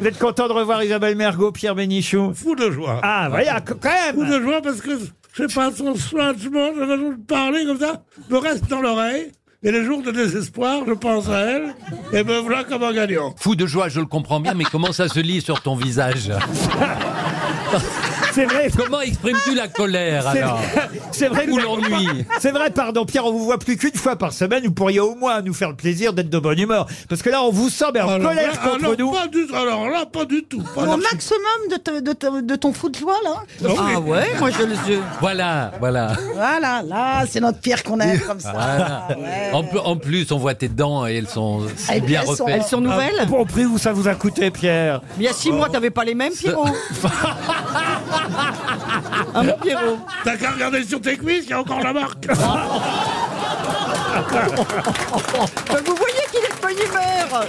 Vous êtes content de revoir Isabelle Mergot, Pierre Bénichou Fou de joie. Ah, voilà, qu- quand Fou même de joie parce que, je sais pas, son soignement, sa façon de parler comme ça, me reste dans l'oreille. Et les jours de désespoir, je pense à elle, et me voilà comme un gagnant. Fou de joie, je le comprends bien, mais comment ça se lit sur ton visage C'est vrai Comment exprimes-tu la colère c'est alors vrai- c'est vrai, Ou l'ennui c'est vrai, pardon, Pierre, on vous voit plus qu'une fois par semaine. Vous pourriez au moins nous faire le plaisir d'être de bonne humeur. Parce que là, on vous sent mais en Alors colère Oh là, contre alors nous. Ah Pas du, alors là, pas du tout. Pas Au du tout. maximum de, te- de, te- de ton fou de joie, là. Non, mais- Ah ouais, moi je le je- Voilà, voilà. Voilà, là, c'est notre Pierre qu'on aime comme ça. voilà. En, pl- en plus, on voit tes dents et elles sont si Elles- bien Ah elles sont- refaites. Elles sont nouvelles Pour prix où ça vous a coûté, Pierre Il y a six Oh. mois, t'avais pas les mêmes, Pierrot Un Pierrot T'as qu'à regarder sur tes cuisses, il y a encore la marque. Bah, Vous voyez qu'il est de bonne humeur